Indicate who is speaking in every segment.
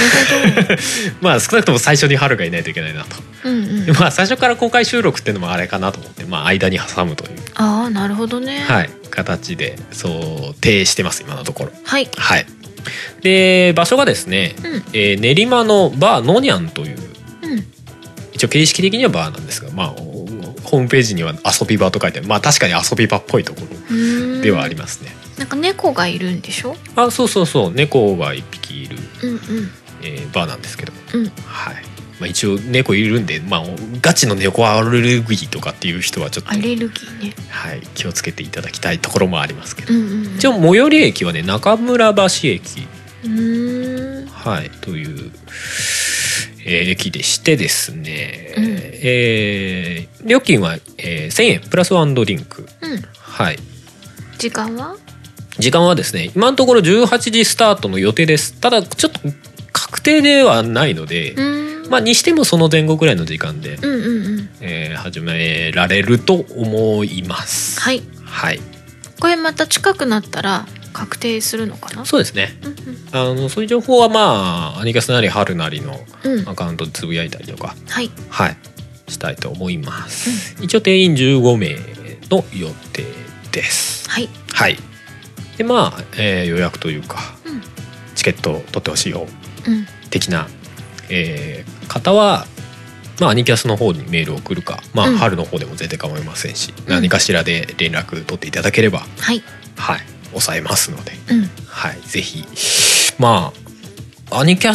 Speaker 1: まあ少なくとも最初に春がいないといけないなと、
Speaker 2: ほどうんうん
Speaker 1: まあ最初から公開収録っていうのもあれかなと思ってまあ間に挟むという、
Speaker 2: ああなるほどねい、
Speaker 1: はい、形でそう呈してます今のところ
Speaker 2: はい、
Speaker 1: はいで場所がですね、
Speaker 2: うん
Speaker 1: えー練馬のバーノニャンという
Speaker 2: うん
Speaker 1: 一応形式的にはバーなんですがまあおホームページには遊び場と書いてあるまあ確かに遊び場っぽいとこ
Speaker 2: うー
Speaker 1: ろ
Speaker 2: ん
Speaker 1: ではありますね、
Speaker 2: なんか猫がいるんでしょ
Speaker 1: あそうそうそう猫が一匹いる、
Speaker 2: うんうん
Speaker 1: えーバーなんですけど、
Speaker 2: うん
Speaker 1: はいまあ、一応猫いるんで、まあ、ガチの猫アレルギーとかっていう人はちょっと
Speaker 2: ア、レルギーね
Speaker 1: はい、気をつけていただきたいところもありますけど、
Speaker 2: うんうん
Speaker 1: 一応最寄り駅はね中村橋駅、
Speaker 2: うーん
Speaker 1: はい、という、えー駅でしてですね、
Speaker 2: うん
Speaker 1: えー料金は、えー1,000円プラスワンドリンク、
Speaker 2: うん
Speaker 1: はい、
Speaker 2: 時間は
Speaker 1: 時間はですね今のところ18時スタートの予定ですただちょっと確定ではないので、
Speaker 2: うーん
Speaker 1: まあにしてもその前後ぐらいの時間で、
Speaker 2: うんうんうん
Speaker 1: えー始められると思います
Speaker 2: はい
Speaker 1: はい
Speaker 2: これまた近くなったら確定するのかな
Speaker 1: そうですね
Speaker 2: うんうん
Speaker 1: あのそういう情報はまあアニカスなり春なりの
Speaker 2: うん
Speaker 1: アカウントでつぶやいたりとか
Speaker 2: はい
Speaker 1: はいしたいと思います、一応定員15名の予定です
Speaker 2: はい
Speaker 1: はいでまあ、えー予約というか
Speaker 2: うん
Speaker 1: チケットを取ってほしいよ
Speaker 2: うん
Speaker 1: 的な、えー方は、まあ、アニキャスの方にメールを送るか、まあ
Speaker 2: うん
Speaker 1: 春の方でも全然構いませんし、
Speaker 2: ん
Speaker 1: 何かしらで連絡取っていただければ、
Speaker 2: はい
Speaker 1: はい、抑えますので、
Speaker 2: うん
Speaker 1: はい、ぜひまあアニキャ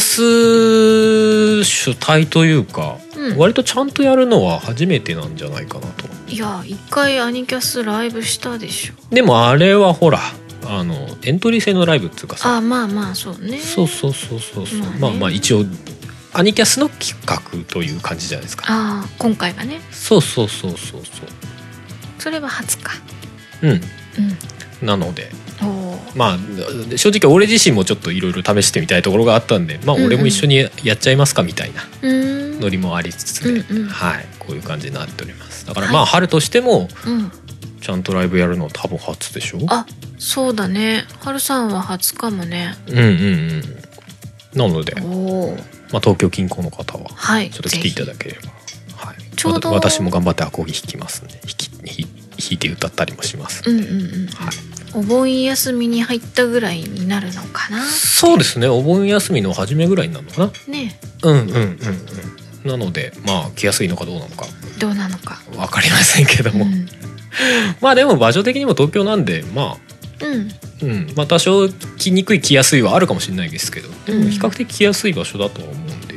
Speaker 1: ス主体というか、
Speaker 2: うん
Speaker 1: 割とちゃんとやるのは初めてなんじゃないかなと
Speaker 2: いや一回アニキャスライブしたでしょ
Speaker 1: でもあれはほらあのエントリー制のライブっていうかさ
Speaker 2: あまあまあそうね
Speaker 1: そうそうそうそうそう、
Speaker 2: まあね
Speaker 1: まあまあ一応アニキャスの企画という感じじゃないですか
Speaker 2: ああ今回はね
Speaker 1: そうそうそうそうそ
Speaker 2: それは初か
Speaker 1: ううん
Speaker 2: うん
Speaker 1: なので
Speaker 2: おー
Speaker 1: まあ正直俺自身もちょっといろいろ試してみたいところがあったんでまあ
Speaker 2: うんうん
Speaker 1: 俺も一緒にやっちゃいますかみたいな
Speaker 2: うーん
Speaker 1: ノリもありつつで、
Speaker 2: うんうん
Speaker 1: はいこういう感じになっておりますだから
Speaker 2: はい
Speaker 1: まあ春としても
Speaker 2: うん
Speaker 1: ちゃんとライブやるの多分初でしょうん
Speaker 2: あそうだねはるさんは初かもね
Speaker 1: うんうんなので、ま
Speaker 2: おお
Speaker 1: あ、東京近郊の方は
Speaker 2: はい
Speaker 1: ちょっと来ていただければ、はい、
Speaker 2: ちょうど
Speaker 1: わた私も頑張ってアコギ弾きますんで弾き弾弾いて歌ったりもします、
Speaker 2: ぜひうんうんうん
Speaker 1: はい、
Speaker 2: お盆休みに入ったぐらいになるのかな
Speaker 1: そうですねお盆休みの初めぐらいになるのかな
Speaker 2: ね
Speaker 1: うんうんうんうんなのでまあ来やすいのかどうなのか
Speaker 2: どうなのか
Speaker 1: わかりませんけど
Speaker 2: う
Speaker 1: も、
Speaker 2: ん、
Speaker 1: まあでも場所的にも東京なんでまあ
Speaker 2: うん、
Speaker 1: うんまあ多少来にくい来やすいはあるかもしれないですけどで
Speaker 2: う
Speaker 1: も
Speaker 2: ん
Speaker 1: 比較的来やすい場所だとは思うんで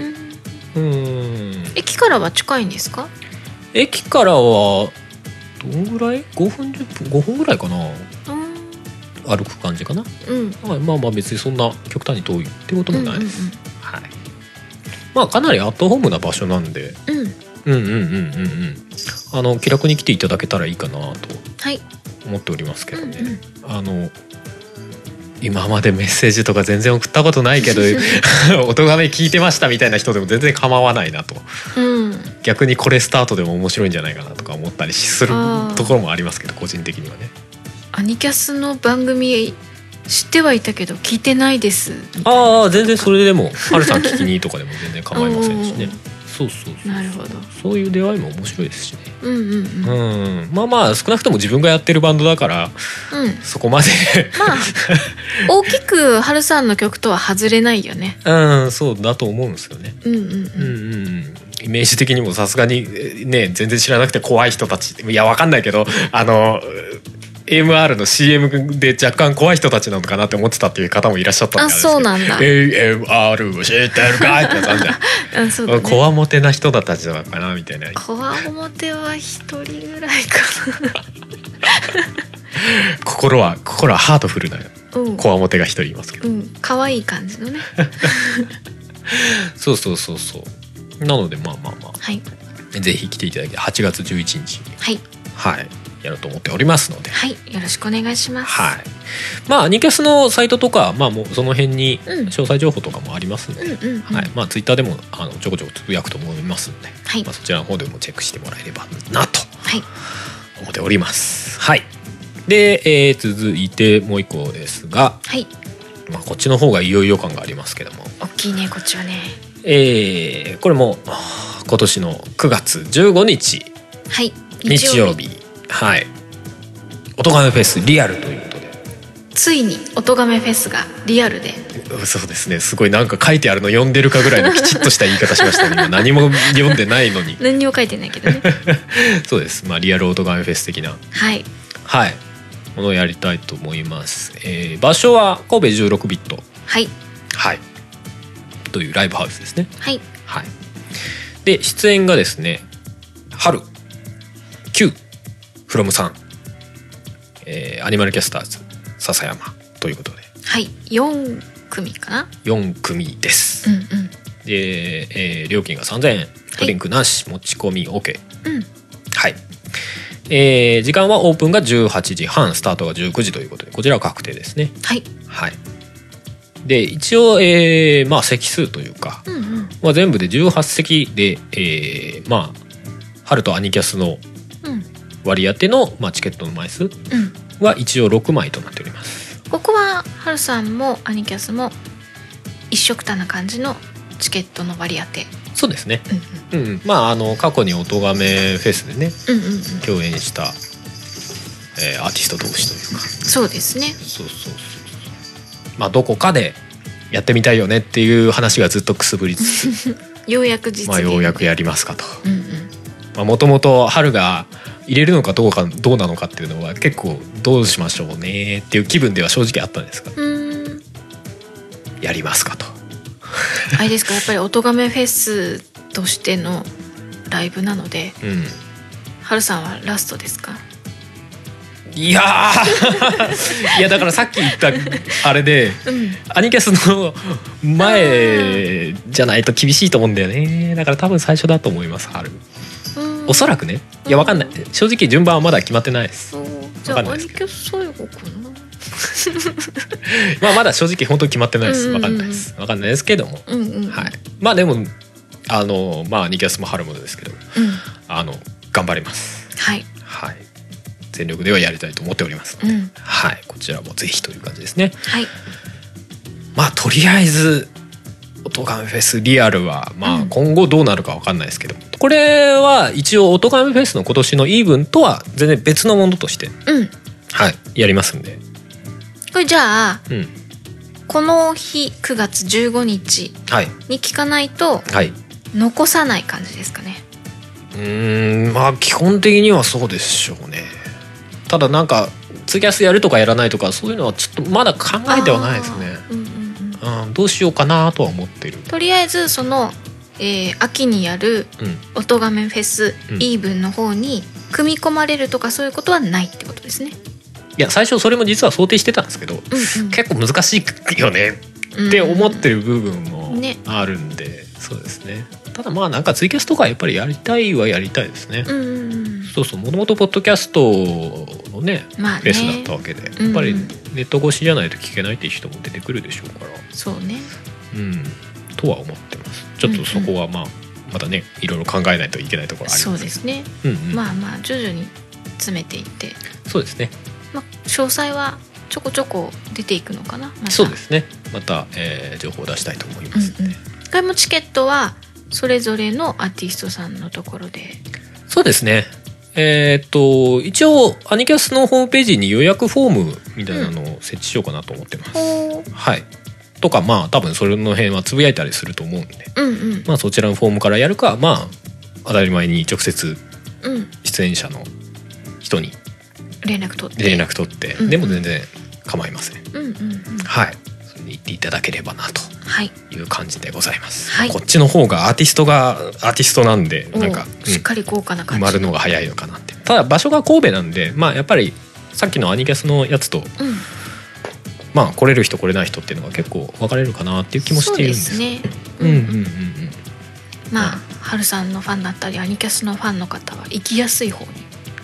Speaker 1: うん
Speaker 2: 駅からは近いんですか
Speaker 1: 駅からはどんぐらい5分10分5分ぐらいかな
Speaker 2: うん
Speaker 1: 歩く感じかな
Speaker 2: うん
Speaker 1: はい、まあまあ別にそんな極端に遠いってこともないです、
Speaker 2: うん
Speaker 1: はいまあかなりアットホームな場所なんで
Speaker 2: うんうん、うん、
Speaker 1: うんうんうんうんうんあの気楽に来ていただけたらいいかなと
Speaker 2: はい、
Speaker 1: 思っておりますけど
Speaker 2: うん
Speaker 1: ね、
Speaker 2: うん、
Speaker 1: あの今までメッセージとか全然送ったことないけど 音がめ聞いてましたみたいな人でも全然構わないなと
Speaker 2: うん、
Speaker 1: 逆にこれスタートでも面白いんじゃないかなとか思ったりする
Speaker 2: あー
Speaker 1: ところもありますけど個人的にはね
Speaker 2: アニキャスの番組知ってはいたけど聞いてないです
Speaker 1: ああ全然それで もはるさん聞きにとかでも全然構いませんしねそうそうそう
Speaker 2: なるほど
Speaker 1: そういう出会いも面白いですしね
Speaker 2: うんうんうん、うん、
Speaker 1: うんまあまあ少なくとも自分がやってるバンドだからそこまで
Speaker 2: まあ大きくハルさんの曲とは外れないよね
Speaker 1: うんそうだと思うんですよね
Speaker 2: うんうん
Speaker 1: うん
Speaker 2: うん
Speaker 1: うんうんイメージ的にもさすがにえね全然知らなくて怖い人たちいやわかんないけどあの AMR の CM で若干怖い人たちなのかなって思ってたっていう方もいらっしゃったん
Speaker 2: あ
Speaker 1: であれ
Speaker 2: そうなんだ、
Speaker 1: ですけど AMR を知ってるかいってやつあん じゃん
Speaker 2: うんそうだね
Speaker 1: こわもてな人だったちなのかなみたいな
Speaker 2: こわもては一人ぐらいか
Speaker 1: 心は心はハートフルな
Speaker 2: なうん
Speaker 1: こわもてが一人いますけど
Speaker 2: うん可愛い感じのね
Speaker 1: そうそうそうそうなのでまあまあま
Speaker 2: はい
Speaker 1: あぜひ来ていただき8月11日に
Speaker 2: はい
Speaker 1: はいやろうと思っておりますので
Speaker 2: はいよろしくお願いします
Speaker 1: はいまあアニキャスのサイトとかまあもうその辺に
Speaker 2: うん
Speaker 1: 詳細情報とかもありますの
Speaker 2: うん
Speaker 1: で、
Speaker 2: うんうん
Speaker 1: はいまあツイッターでもあのちょこちょこつぶやくと思いますので、
Speaker 2: はい
Speaker 1: まあ、そちらの方でもチェックしてもらえればなと
Speaker 2: はい
Speaker 1: 思っておりますはいで、えー続いてもう一個ですが、
Speaker 2: はい
Speaker 1: まあ、こっちの方がいよいよ感がありますけども
Speaker 2: 大きいねこっちはね
Speaker 1: えーこれもはあ今年の9月15日
Speaker 2: はい
Speaker 1: 日曜日はい「音ガメフェスリアル」ということで
Speaker 2: ついにおとがめフェスがリアルで
Speaker 1: うそうですねすごいなんか書いてあるの読んでるかぐらいのきちっとした言い方しましたね今何も読んでないのに
Speaker 2: 何にも書いてないけ どね
Speaker 1: そうですまあリアル音ガメフェス的な
Speaker 2: はい
Speaker 1: はいものをやりたいと思います、えー場所は神戸16ビット
Speaker 2: はい
Speaker 1: はいというライブハウスですね
Speaker 2: はい
Speaker 1: はいで出演がですね春 Q from さん、えーアニマルキャスターズ笹山ということで
Speaker 2: はい四組かな
Speaker 1: 4組です、
Speaker 2: うん
Speaker 1: で、えー料金が3000円ドリンクなし、持ち込み OK
Speaker 2: うんうん
Speaker 1: はいえー時間はオープンが18時半スタートが19時ということでこちらは確定ですね
Speaker 2: はい
Speaker 1: はいで一応、えーまあ席数というか、
Speaker 2: うんうん
Speaker 1: まあ、全部で18席で、えーまあ春とアニキャスの
Speaker 2: うん
Speaker 1: 割り当ての、まあ、チケットの枚数
Speaker 2: うん
Speaker 1: は一応6枚となっております
Speaker 2: ここはハルさんもアニキャスも一緒くたな感じのチケットの割り当て
Speaker 1: そうですね
Speaker 2: うん
Speaker 1: うんうんまああの過去に音がめフェスでね
Speaker 2: うんうんうんうん
Speaker 1: 共演した、えーアーティスト同士というか
Speaker 2: そうですね
Speaker 1: そうそうそうそうまあどこかでやってみたいよねっていう話がずっとくすぶりつ つ
Speaker 2: ようやく実現
Speaker 1: まあようやくやりますかと
Speaker 2: うんうん
Speaker 1: まあもともと春が入れるのかどうかどうなのかっていうのは結構どうしましょうねっていう気分では正直あったんですが
Speaker 2: うーん
Speaker 1: やりますかと
Speaker 2: あれですかやっぱり音亀フェスとしてのライブなので
Speaker 1: うん
Speaker 2: はるさんはラストですか
Speaker 1: いやー いやだからさっき言ったあれで
Speaker 2: うん
Speaker 1: アニキャスの前じゃないと厳しいと思うんだよねだから多分最初だと思います春おそらくねいやわかんない正直順番はまだ決まってないです
Speaker 2: そうじゃあ
Speaker 1: わかんな
Speaker 2: ア
Speaker 1: いで
Speaker 2: ニ
Speaker 1: すけ
Speaker 2: キャス最後かな
Speaker 1: まあまだ正直本当に決まってないです
Speaker 2: うんう
Speaker 1: わ
Speaker 2: んう
Speaker 1: かん
Speaker 2: ん
Speaker 1: ないですわかんないですけども
Speaker 2: うんうん
Speaker 1: はいまあでもあのまあアニキャスも春もですけど
Speaker 2: うん
Speaker 1: あの頑張ります
Speaker 2: はい
Speaker 1: はい全力ではやりたいと思っておりますの
Speaker 2: う
Speaker 1: で、
Speaker 2: ん
Speaker 1: はいこちらもぜひという感じですね
Speaker 2: はい
Speaker 1: まあとりあえず「オトガメフェスリアルは」ま
Speaker 2: う
Speaker 1: あ
Speaker 2: ん
Speaker 1: 今後どうなるかわかんないですけど、これは一応「オトガメフェス」の今年のイーブンとは全然別のものとして、
Speaker 2: うんこ
Speaker 1: はい、やりますんで、
Speaker 2: れじゃあ
Speaker 1: うん、
Speaker 2: この日9月15日
Speaker 1: はい
Speaker 2: に聞かないと
Speaker 1: はい。う
Speaker 2: 残さない感じですかね
Speaker 1: ーんまあ基本的にはそうでしょうねただなんかツイキャスやるとかやらないとかそういうのはちょっとまだ考えてはないですね
Speaker 2: あーうんうんうん
Speaker 1: うん、どうしようかなとは思ってる
Speaker 2: とりあえずその、えー秋にやる
Speaker 1: うん
Speaker 2: 「音亀フェス
Speaker 1: うん
Speaker 2: イーブン」の方に組み込まれるとかそういうことはないってことですね。
Speaker 1: いや最初それも実は想定してたんですけど結構難しいよね
Speaker 2: 構
Speaker 1: って思ってる部分も
Speaker 2: ね
Speaker 1: あるんで、そうですねただまあなんかツイキャスとかやっぱりやりたいはやりたいですね、
Speaker 2: うんうんうん
Speaker 1: そうそうもともとポッドキャストのね
Speaker 2: まあね
Speaker 1: ベースだったわけで、
Speaker 2: ん
Speaker 1: やっぱりネット越しじゃないと聞けないっていう人も出てくるでしょうから
Speaker 2: そうね
Speaker 1: うんとは思ってますちょっとそこはまあ、またねいろいろ考えないといけないところあり
Speaker 2: そ
Speaker 1: ま
Speaker 2: う
Speaker 1: す
Speaker 2: ですね、
Speaker 1: うんうん
Speaker 2: まあまあ徐々に詰めていって、
Speaker 1: そうですね
Speaker 2: まあ、詳細はちょこちょこ出ていくのかな、また、
Speaker 1: そうですねまた、えー情報を出したいと思いますので、
Speaker 2: うんうん一回もチケットはそれぞれのアーティストさんのところで
Speaker 1: そうですね。えーっと一応アニキャスのホームページに予約フォームみたいなのを設置しようかなと思ってます。
Speaker 2: ほう
Speaker 1: はい。とかまあ多分それの辺はつぶやいたりすると思うんで、
Speaker 2: うんうん
Speaker 1: まあそちらのフォームからやるかまあ当たり前に直接
Speaker 2: うん
Speaker 1: 出演者の人に
Speaker 2: 連絡取って
Speaker 1: 連絡取って、
Speaker 2: うん
Speaker 1: でも全然構いません。
Speaker 2: うんうんうん
Speaker 1: はい。それに言っていただければなと。
Speaker 2: はい
Speaker 1: いう感じでございます、
Speaker 2: はい
Speaker 1: こっちの方がアーティストがアーティストなんで
Speaker 2: お
Speaker 1: なんか、うん
Speaker 2: しっかり豪華な
Speaker 1: 埋
Speaker 2: 感じ
Speaker 1: まるのが早いのかなってただ場所が神戸なんでまあやっぱりさっきのアニキャスのやつと
Speaker 2: うん
Speaker 1: まあ来れる人来れない人っていうのが結構分かれるかなっていう気もしているんです
Speaker 2: そうですね、
Speaker 1: うんうんうんうん
Speaker 2: まあ春さんのファンだったりアニキャスのファンの方は行きやすい方に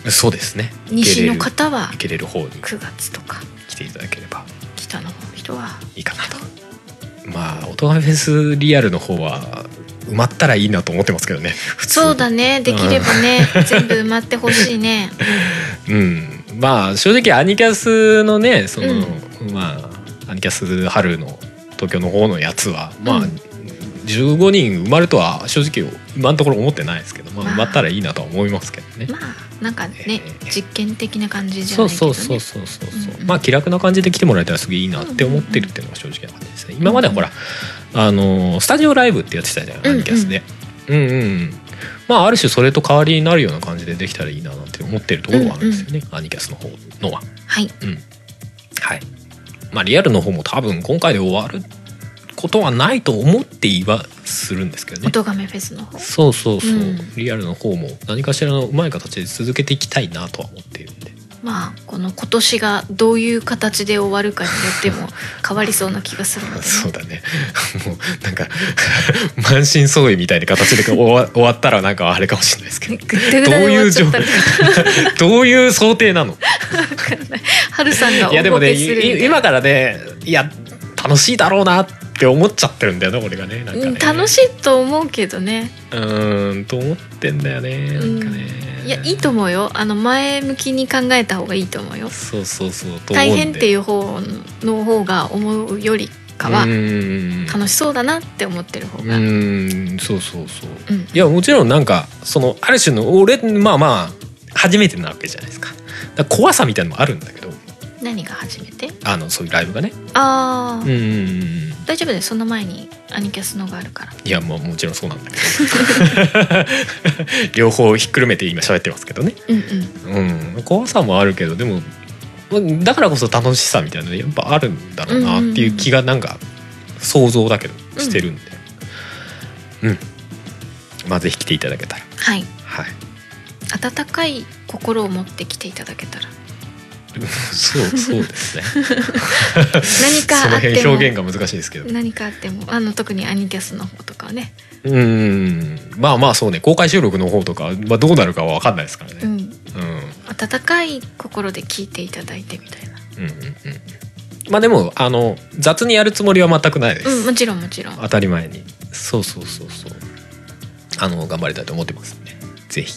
Speaker 1: うんそうですね
Speaker 2: 西の方は
Speaker 1: 行けれる方に
Speaker 2: 9月とか
Speaker 1: 来ていただければ
Speaker 2: 北の人はい
Speaker 1: いかなとまあ音楽フェスリアルの方は埋まったらいいなと思ってますけどね普通
Speaker 2: そうだねできればね、全部埋まってほしいね
Speaker 1: うんまあ正直アニキャスのねその、まあアニキャス春の東京の方のやつはまあ、
Speaker 2: うん
Speaker 1: 15人埋まるとは正直今のところ思ってないですけど、まあ、
Speaker 2: まあ
Speaker 1: 埋まったらいいなとは思いますけどね。
Speaker 2: まあなんかね
Speaker 1: ええ
Speaker 2: 実験的な感じじゃ
Speaker 1: そ
Speaker 2: な
Speaker 1: う
Speaker 2: いけど、
Speaker 1: そう
Speaker 2: ね、
Speaker 1: そうそうそうそう、
Speaker 2: うんうん
Speaker 1: まあ気楽な感じで来てもらえたらすげえいいなって思ってるっていうのが正直な感じですね今まではほらあのスタジオライブってやってたじゃん、
Speaker 2: うんうん
Speaker 1: アニキャスでうんうんうんまあある種それと代わりになるような感じでできたらいいななんて思ってるところはあるんですよね、アニキャスの方のは
Speaker 2: はい
Speaker 1: うん、はいまあリアルの方も多分今回で終わることはないと思っていはするんですけどね
Speaker 2: 音亀フェスの方
Speaker 1: そうそうそう、
Speaker 2: うん
Speaker 1: リアルの方も何かしらのうまい形で続けていきたいなとは思っているんで
Speaker 2: まあこの今年がどういう形で終わるかによっ ても変わりそうな気がするのでね、
Speaker 1: そうだね もうなんか 満身創痍みたいな形で終わ 終わったらなんかあれかもしれないですけ
Speaker 2: ね
Speaker 1: ど
Speaker 2: ぐったぐたで終わっちゃったのか
Speaker 1: どういう想定 なの
Speaker 2: 春さんが
Speaker 1: いやで
Speaker 2: お
Speaker 1: も
Speaker 2: ぼ
Speaker 1: ね
Speaker 2: けするみたい
Speaker 1: い
Speaker 2: な
Speaker 1: 今からねいや楽しいだろうなって思っちゃってるんだよね俺がねなんか
Speaker 2: う
Speaker 1: ね
Speaker 2: ん楽しいと思うけどね
Speaker 1: うーんと思ってんだよねなんかね、
Speaker 2: いやいいと思うよあの前向きに考えた方がいいと思うよ
Speaker 1: そうそうそうと思うん
Speaker 2: 大
Speaker 1: で
Speaker 2: 変っていうう方の方が思うよりかは
Speaker 1: ん
Speaker 2: 楽しそうだなって思ってる方
Speaker 1: う
Speaker 2: が、うん
Speaker 1: ーんそうそうそういやもちろんなんかそのある種の俺まあまあ初めてなわけじゃないですかだから怖さみたいなのもあるんだけど
Speaker 2: 何が初めて
Speaker 1: あのそういうライブがね
Speaker 2: ああ、
Speaker 1: うんうんうん
Speaker 2: 大丈夫だよその前にアニキャスのがあるから
Speaker 1: いやまあもちろんそうなんだけど 両方ひっくるめて今喋ってますけどね
Speaker 2: うんうん
Speaker 1: うん、怖さもあるけどでもまあだからこそ楽しさみたいなのやっぱあるんだろうなっていう気がなんか想像だけどしてるんで、まあぜひ来ていただけたら
Speaker 2: はい
Speaker 1: はい
Speaker 2: 温かい心を持って来ていただけ たら
Speaker 1: そうそうですね
Speaker 2: 何か
Speaker 1: そ
Speaker 2: あ
Speaker 1: の
Speaker 2: っ
Speaker 1: 辺
Speaker 2: ても
Speaker 1: 表現が難しいですけど
Speaker 2: 何かあってもあの特にアニキャスの方とかはね、
Speaker 1: うんまあまあそうね公開収録の方とか、まあ、どうなるかは分かんないですから
Speaker 2: う
Speaker 1: ね、
Speaker 2: ん、
Speaker 1: うん、うん
Speaker 2: 温かい心で聞いていただいてみたいな、
Speaker 1: うんうんまあでもあの雑にやるつもりは全くないです、
Speaker 2: うん、もちろんもちろん
Speaker 1: 当たり前にそうそうそうそうあの頑張りたいと思ってますんでぜひ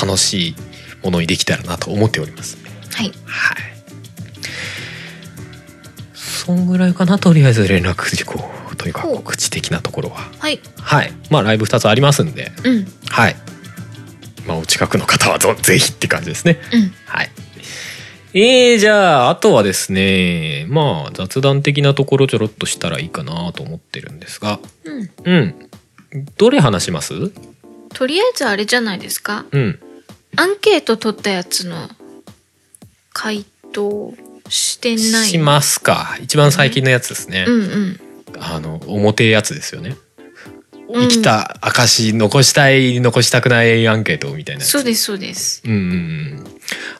Speaker 1: 楽しいものにできたらなと思っております
Speaker 2: はい
Speaker 1: はいそんぐらいかなとりあえず連絡事項というか
Speaker 2: ほう
Speaker 1: 告知的なところは
Speaker 2: はい
Speaker 1: はいまあライブ2つありますんで
Speaker 2: うんうん
Speaker 1: はいまあお近くの方はぞぜひって感じですねはい。えー、じゃあ、あとはですね、まあ、雑談的なところちょろっとしたらいいかなと思ってるんですが、
Speaker 2: うん
Speaker 1: うん。どれ話します
Speaker 2: とりあえずあれじゃないですか
Speaker 1: うん。
Speaker 2: アンケート取ったやつの回答してない
Speaker 1: しますか。一番最近のやつですね。
Speaker 2: うんうん
Speaker 1: あの、表やつですよね。
Speaker 2: う
Speaker 1: 生
Speaker 2: ん
Speaker 1: きた証、残したい、残したくないアンケートみたいなやつ。
Speaker 2: そうですそうです
Speaker 1: うんうんうん。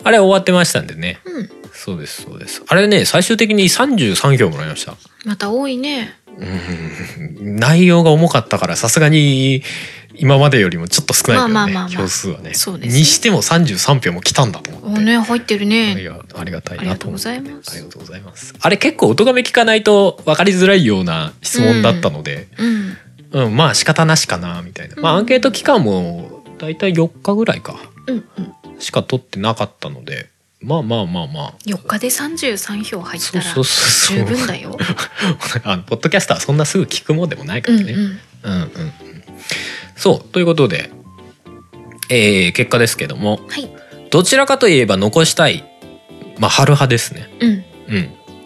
Speaker 1: あれ終わってましたんでね。
Speaker 2: うん
Speaker 1: そうです、そうです。あれね、最終的に33票もらいました。
Speaker 2: また多いね
Speaker 1: うん内容が重かったからさすがに今までよりもちょっと少ないけどね、
Speaker 2: まあまあまあまあ
Speaker 1: 票数はね
Speaker 2: そうですね
Speaker 1: にしても33票も来たんだと思っ
Speaker 2: お
Speaker 1: て、
Speaker 2: ね入ってる
Speaker 1: あ
Speaker 2: ね
Speaker 1: りがありがたい
Speaker 2: あり
Speaker 1: な
Speaker 2: が
Speaker 1: と
Speaker 2: と
Speaker 1: 思
Speaker 2: うご
Speaker 1: って
Speaker 2: ざいます
Speaker 1: ありがとうございますあれ結構音がめ聞かないと分かりづらいような質問だったので、
Speaker 2: うん
Speaker 1: うんまあ仕方なしかなみたいな、まあ
Speaker 2: うん
Speaker 1: アンケート期間もだいたい4日ぐらいか
Speaker 2: うんうん
Speaker 1: しか取ってなかったのでまあまあまあまあ
Speaker 2: 4日で33票入ったら
Speaker 1: そうそうそう
Speaker 2: 十分だよ
Speaker 1: あのポッドキャスターはそんなすぐ聞くもんでもないか
Speaker 2: う
Speaker 1: ら
Speaker 2: ん
Speaker 1: ね、
Speaker 2: うん
Speaker 1: うんうんうん、そうということで、えー結果ですけども
Speaker 2: はい
Speaker 1: どちらかといえば残したい、まあ、春派ですね、
Speaker 2: うん
Speaker 1: うん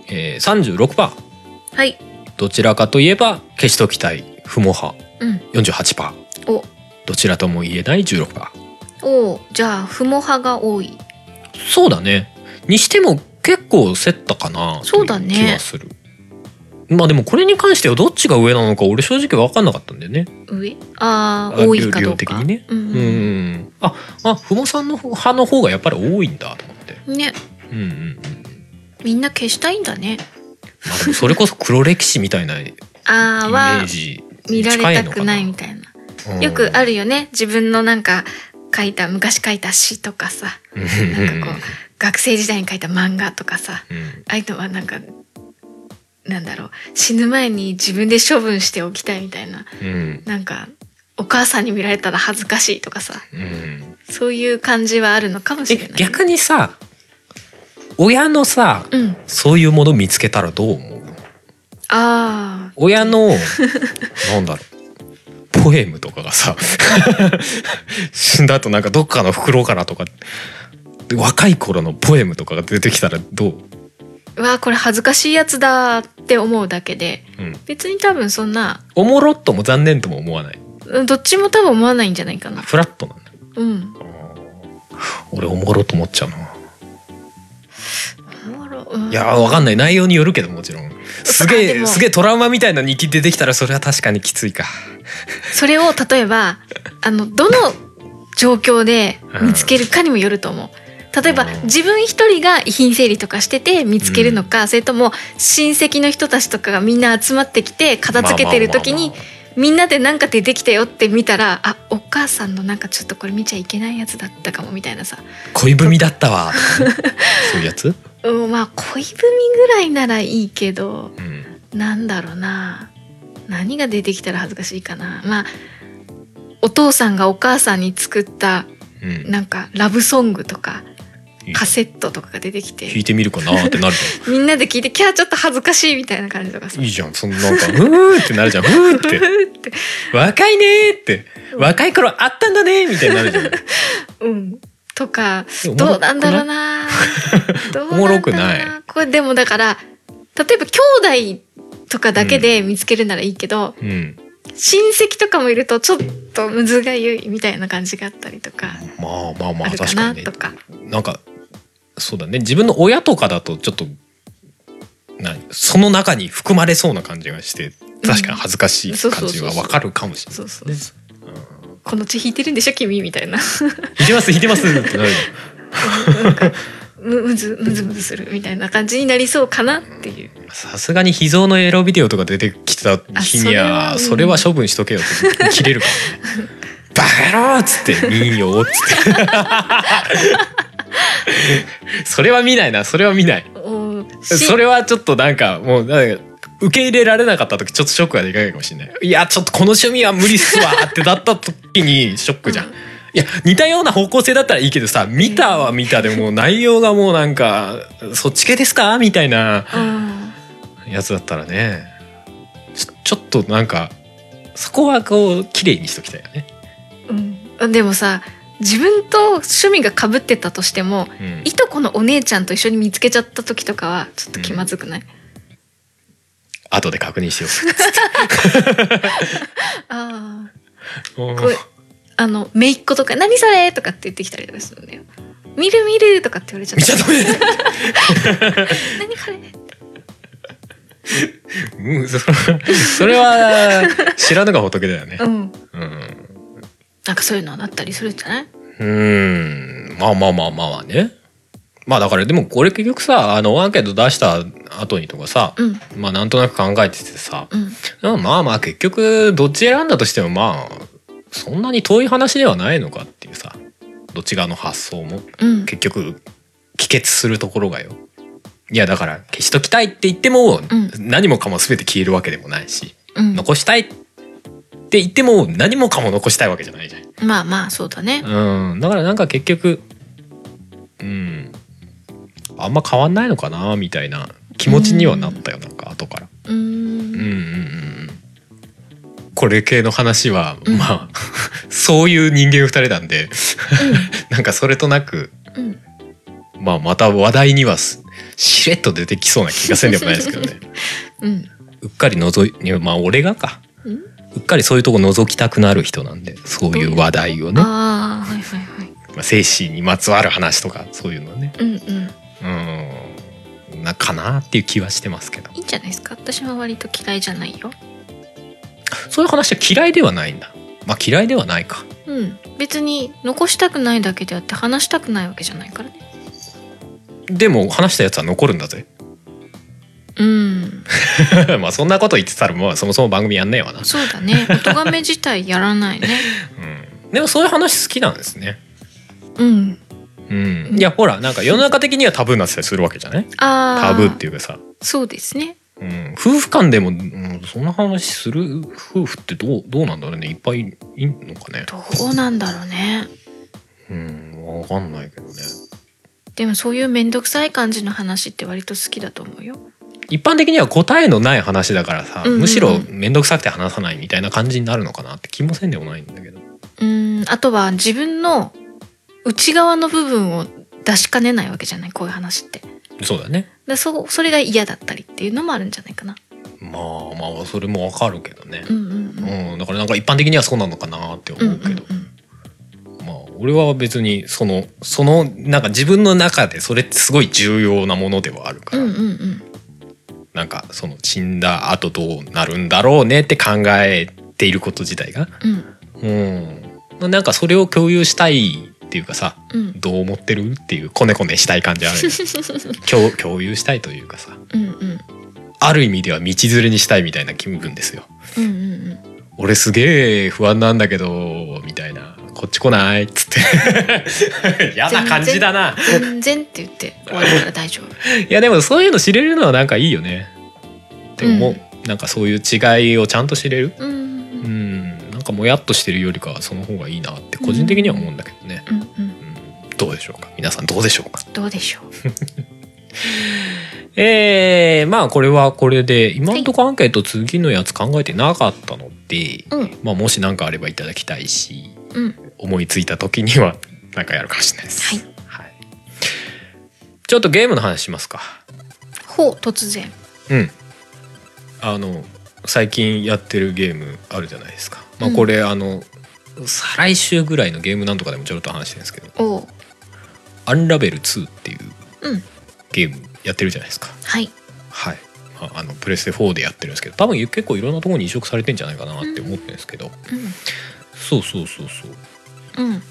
Speaker 1: えー、36%
Speaker 2: はい
Speaker 1: どちらかといえば消しときたい不毛派
Speaker 2: うん
Speaker 1: 48%
Speaker 2: お
Speaker 1: どちらとも言えない16%
Speaker 2: おうじゃあ不毛派が多い
Speaker 1: そうだねにしても結構競ったかな
Speaker 2: そうだね
Speaker 1: という気はするまあでもこれに関してはどっちが上なのか俺正直分かんなかったんだよね
Speaker 2: 上あ
Speaker 1: あ
Speaker 2: あ多いかど
Speaker 1: 量
Speaker 2: う
Speaker 1: 的
Speaker 2: か
Speaker 1: にね
Speaker 2: うん
Speaker 1: う
Speaker 2: うん
Speaker 1: ん、ああふもさんの派の方がやっぱり多いんだと思って
Speaker 2: ね
Speaker 1: うんうんうん
Speaker 2: みんな消したいんだね
Speaker 1: まあでもそれこそ黒歴史みたい なイメ
Speaker 2: ああは
Speaker 1: ージ
Speaker 2: 見
Speaker 1: に
Speaker 2: ら
Speaker 1: 近
Speaker 2: れ
Speaker 1: い
Speaker 2: た
Speaker 1: の
Speaker 2: く
Speaker 1: か
Speaker 2: な
Speaker 1: ない
Speaker 2: みたいなよくあるよね自分のなんか書いた昔書いた詩とかさ
Speaker 1: うん
Speaker 2: なんかこう学生時代に書いた漫画とかさ
Speaker 1: うんうん
Speaker 2: ああいうのはなんかなんだろう死ぬ前に自分で処分しておきたいみたいな
Speaker 1: うん
Speaker 2: なんかお母さんに見られたら恥ずかしいとかさ
Speaker 1: うん
Speaker 2: そういう感じはあるのかもし
Speaker 1: え
Speaker 2: れない
Speaker 1: 逆にさ親のさ
Speaker 2: うん
Speaker 1: そういうもの見つけたらどう思う
Speaker 2: ああ
Speaker 1: 親 のなんだろうポエムとかがさ死んだ後なんかどっかの袋からとかで若い頃のポエムとかが出てきたらどう、
Speaker 2: うわあこれ恥ずかしいやつだって思うだけで
Speaker 1: うん、
Speaker 2: 別に多分そんな
Speaker 1: おもろっとも残念とも思わない
Speaker 2: うんどっちも多分思わないんじゃないかな
Speaker 1: フラットなんだ
Speaker 2: うん
Speaker 1: 俺おもろと思っちゃうな
Speaker 2: おもろうん
Speaker 1: いやーわかんない内容によるけどもちろんす
Speaker 2: あ
Speaker 1: げ
Speaker 2: で
Speaker 1: え
Speaker 2: も
Speaker 1: すげえトラウマみたいな日記出てきたらそれは確かにきついか
Speaker 2: それを例えばあのどの状況で見つけるかにもよると思う。例えば
Speaker 1: うん
Speaker 2: 自分一人が遺品整理とかしてて見つけるのか、それとも親戚の人たちとかがみんな集まってきて片付けてる時
Speaker 1: まあ
Speaker 2: に
Speaker 1: まあまあ
Speaker 2: みんなでなんか出てきたよって見たらあお母さんのなんかちょっとこれ見ちゃいけないやつだったかもみたいなさ、
Speaker 1: まあ恋文だった わとかねそういうやつ、
Speaker 2: うん、まあ恋文ぐらいならいいけど
Speaker 1: うん、
Speaker 2: なんだろうな何が出てきたら恥ずかしいかなまあお父さんがお母さんに作った
Speaker 1: うん
Speaker 2: なんかラブソングとか
Speaker 1: いい
Speaker 2: カセットとかが出てき
Speaker 1: 弾い
Speaker 2: て
Speaker 1: てみるかなーってなるじゃん
Speaker 2: みんなで聞いて「キャーちょっと恥ずかしい」みたいな感じとか さ
Speaker 1: いいじゃん。そのなんか、うーってなるじゃん。うーって。
Speaker 2: って
Speaker 1: 若いねーって。若い頃あったんだねーみたいになるじゃん。
Speaker 2: うんとか
Speaker 1: おもろくない
Speaker 2: どうなんだろうな どうなんだろう
Speaker 1: おもろくない
Speaker 2: これでもだから例えば兄弟とかだけで見つけるならいいけど、
Speaker 1: うん。
Speaker 2: 親戚とかもいるとちょっとむずがゆいみたいな感じがあったりとか
Speaker 1: まあまあまあ、
Speaker 2: あるか
Speaker 1: 確か
Speaker 2: な
Speaker 1: にね
Speaker 2: と。か
Speaker 1: なんか、そうだね。自分の親とかだとちょっと、なその中に含まれそうな感じがして確かに恥ずかしい感じはわかるかもしれない
Speaker 2: そうそうそうこの血引いてるんでしょ君みたいな
Speaker 1: 弾いてます弾いてますってなる
Speaker 2: なんかむむずむずむずするみたいな感じになりそうかなっていう
Speaker 1: さすがに秘蔵のエロビデオとか出てきた日には
Speaker 2: あ
Speaker 1: そ
Speaker 2: そ
Speaker 1: れ
Speaker 2: れ
Speaker 1: は
Speaker 2: は
Speaker 1: 処分しとけよって切れるからね バカ野郎っつって「いいよ」っつってそれは見ないなそれは見ない
Speaker 2: おーし
Speaker 1: それはちょっとなんかもうなんか受け入れられなかった時ちょっとショックがでかいかもしれないいやちょっとこの趣味は無理っすわってなった時にショックじゃん、
Speaker 2: うん
Speaker 1: いや似たような方向性だったらいいけどさ見たは見たでもう内容がもうなんかそっち系ですかみたいな
Speaker 2: うん
Speaker 1: やつだったらねちょちょっとなんかそこはこう綺麗にしときたいよね、
Speaker 2: うん、でもさ自分と趣味がかぶってたとしても
Speaker 1: うん
Speaker 2: いとこのお姉ちゃんと一緒に見つけちゃった時とかはちょっと気まずくない、
Speaker 1: 後で確認しよ
Speaker 2: あ
Speaker 1: ううん
Speaker 2: あこうあの姪っ子とか「何それ!」とかって言ってきたりとかするんだよ「見る見る!」とかって言われちゃっ
Speaker 1: 見ちゃ
Speaker 2: た
Speaker 1: ダメ
Speaker 2: 「何これ!」
Speaker 1: うん、それはそれは知らぬが仏だよね
Speaker 2: う。ん
Speaker 1: うん
Speaker 2: なんかそういうのはあったりするんじゃないう
Speaker 1: ーんまあまあまあまあまあねまあだからでもこれ結局さあのアンケート出した後にとかさ、
Speaker 2: うん
Speaker 1: まあなんとなく考えててさ
Speaker 2: うん
Speaker 1: まあまあ結局どっち選んだとしてもまあそんなに遠い話ではないのかっていうさどっち側の発想も
Speaker 2: うん
Speaker 1: 結局帰結するところがよいやだから消しときたいって言っても、
Speaker 2: ん
Speaker 1: 何もかも全て消えるわけでもないし
Speaker 2: うん
Speaker 1: 残したいって言っても何もかも残したいわけじゃないじゃん
Speaker 2: まあまあそうだね
Speaker 1: うん、だからなんか結局、うん、あんま変わんないのかなみたいな気持ちにはなったよ、なんか後から。
Speaker 2: うーん
Speaker 1: うんうんうんうん。これ系の話は、
Speaker 2: うん
Speaker 1: まあ そういう人間二人なんで、 なんかそれとなく、
Speaker 2: うん
Speaker 1: まあまた話題にはすしれっと出てきそうな気がせんでもないですけどね。
Speaker 2: うん
Speaker 1: うっかり覗いいや、まあ俺がか。
Speaker 2: うん
Speaker 1: うっかりそういうとこ覗きたくなる人なんで、そういう話題をね。
Speaker 2: ああはいはいはい
Speaker 1: まあ、精神にまつわる話とかそういうのね
Speaker 2: うんうん
Speaker 1: うんなかなっていう気はしてますけど
Speaker 2: いいんじゃないですか私は割と嫌いじゃないよ
Speaker 1: そういう話は嫌いではないんだまあ嫌いではないか
Speaker 2: うん別に残したくないだけであって話したくないわけじゃないからね
Speaker 1: でも話したやつは残るんだぜ
Speaker 2: うん
Speaker 1: まあそんなこと言ってたらまあそもそも番組やんねえわな、
Speaker 2: そうだ ね音がめ自体やらないね
Speaker 1: うん、でもそういう話好きなんですね
Speaker 2: うん
Speaker 1: うんいやほらなんか世の中的にはタブーになってたりするわけじゃない
Speaker 2: ああ
Speaker 1: タブーっていうかさ
Speaker 2: そうですね
Speaker 1: うん、夫婦間でも、うん、そんな話する夫婦ってどうどうなんだろうねいっぱいいいんのかね
Speaker 2: どうなんだろうね
Speaker 1: うんわかんないけどね
Speaker 2: でもそういうめんどくさい感じの話って割と好きだと思うよ
Speaker 1: 一般的には答えのない話だからさ、
Speaker 2: うんうんうん
Speaker 1: むしろ面倒くさくて話さないみたいな感じになるのかなって気もせんでもないんだけど
Speaker 2: うんあとは自分の内側の部分を出しかねないわけじゃないこういう話って
Speaker 1: そうだね
Speaker 2: でそそれが嫌だったりっていうのもあるんじゃないかな
Speaker 1: まあまあそれもわかるけどね
Speaker 2: う、んうんうん
Speaker 1: うんだからなんか一般的にはそうなのかなって
Speaker 2: うん
Speaker 1: 思
Speaker 2: う
Speaker 1: うん
Speaker 2: う
Speaker 1: けど、
Speaker 2: ん
Speaker 1: まあ俺は別にそのそのなんか自分の中でそれってすごい重要なものではあるか
Speaker 2: う
Speaker 1: ら、
Speaker 2: んうんうん
Speaker 1: なんかその死んだ後どうなるんだろうねって考えていること自体が
Speaker 2: うん
Speaker 1: うんなんかそれを共有したいっていうかさ、
Speaker 2: うん
Speaker 1: どう思ってるっていうコネコネしたい感じあるよ ね共共有したいというかさ
Speaker 2: うんうん
Speaker 1: ある意味では道連れにしたいみたいな気分ですよ
Speaker 2: うんうんうん
Speaker 1: 俺すげえ不安なんだけどみたいなこっち来ないっつって 嫌な感じだな
Speaker 2: 全然って言って終わるから大丈夫
Speaker 1: いやでもそういうの知れるのはなんかいいよねでももう、なんかそういう違いをちゃんと知れる
Speaker 2: うんう
Speaker 1: うんんなんかもやっとしてるよりかはその方がいいなって個人的には思うんだけどね、
Speaker 2: うんうん
Speaker 1: うん、どうでしょうか皆さんどうでしょうか
Speaker 2: どうでしょう
Speaker 1: えー、まあこれはこれで今んとこアンケート次のやつ考えてなかったので、
Speaker 2: うん
Speaker 1: まあ、もし何かあればいただきたいし
Speaker 2: うん
Speaker 1: 思いついた時には 何かやるかもしれないです、
Speaker 2: はい
Speaker 1: はいちょっとゲームの話しますか
Speaker 2: ほう突然
Speaker 1: うんあの最近やってるゲームあるじゃないですか、まあ、
Speaker 2: うん
Speaker 1: これ、あの再来週ぐらいのゲームなんとかでもちょろっと話してるんですけど
Speaker 2: おう
Speaker 1: 「アンラベル2」っていう
Speaker 2: うん
Speaker 1: ゲームやってるじゃないですか
Speaker 2: はい
Speaker 1: はいああのプレステ4でやってるんですけど多分結構いろんなところに移植されてんじゃないかなって思ってるんですけど、そうそうそうそう
Speaker 2: うんうん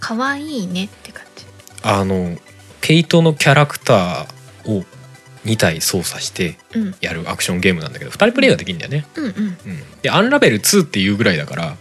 Speaker 2: 可愛いねって感じ
Speaker 1: あの毛糸のキャラクターを2体操作して
Speaker 2: うん
Speaker 1: やるアクションゲームなんだけど2人プレイができるんだよね、
Speaker 2: うんうん
Speaker 1: うん、でアンラベル2っていうぐらいだから